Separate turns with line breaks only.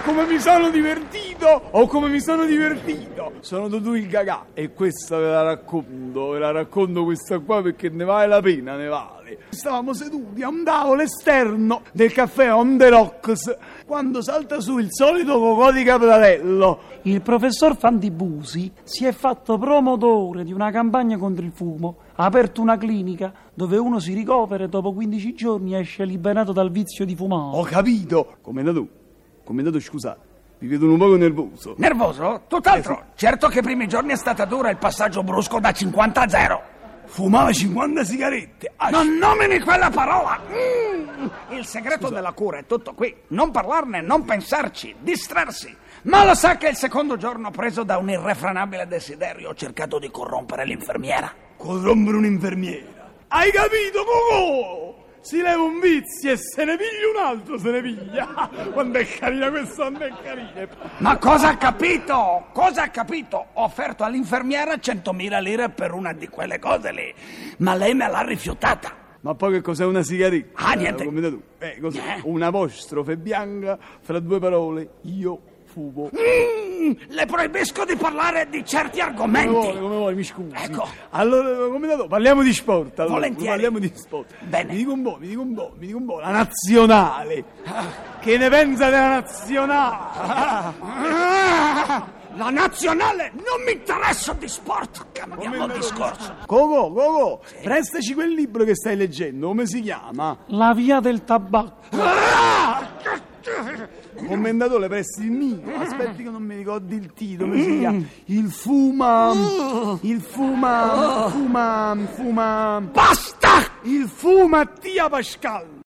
come mi sono divertito! Oh, come mi sono divertito! Sono Dudu il Gagà e questa ve la racconto, ve la racconto questa qua perché ne vale la pena, ne vale. Stavamo seduti a un tavolo esterno del caffè On The Rocks quando salta su il solito cocò di Caprarello.
Il professor Fandibusi si è fatto promotore di una campagna contro il fumo, ha aperto una clinica dove uno si ricovera e dopo 15 giorni esce liberato dal vizio di fumare.
Ho capito! Commendato, commendato scusate, vi vedo un poco nervoso.
Nervoso? Tutt'altro. Certo che i primi giorni è stata dura il passaggio brusco da 50 a 0.
Fumava 50 sigarette. Ah,
Non nomini quella parola! Mm. Il segreto della cura è tutto qui. Non parlarne, non pensarci, distrarsi. Ma lo sa che il secondo giorno, preso da un irrefrenabile desiderio, ho cercato di corrompere l'infermiera.
corrompere un'infermiera. Hai capito, Cocò? Si leva un vizio e se ne piglia un altro, se ne piglia. Quando è carina questa, quando è carina.
Ma cosa ha capito? Cosa ha capito? Ho offerto all'infermiera 100.000 lire per una di quelle cose lì, ma lei me l'ha rifiutata.
Ma poi che cos'è una sigaretta?
Ah, niente.
Eh, commenta tu. Eh, cos'è?
Eh.
Un'apostrofe bianca fra due parole. Io fumo.
Mm, le proibisco di parlare di certi
Come vuole,
argomenti.
come vuole, mi scusi.
Ecco.
Allora, commendato, parliamo di sport. Allora.
Volentieri.
Parliamo di sport.
Bene.
Mi dico un po', mi dico un po', mi dico un po'. La nazionale. Che ne pensa della nazionale?
Ah, La nazionale non mi interessa di sport. Cambiamo
Commendato.
discorso.
Coco, Coco, prestaci quel libro che stai leggendo, come si chiama?
La via del tabacco.
Commendatore, presti il mio. Aspetti che non mi ricordi il titolo, come si chiama? Il fuma. Il fuma. Fuma. Fuma.
Basta!
Il fuma Tia Pascal.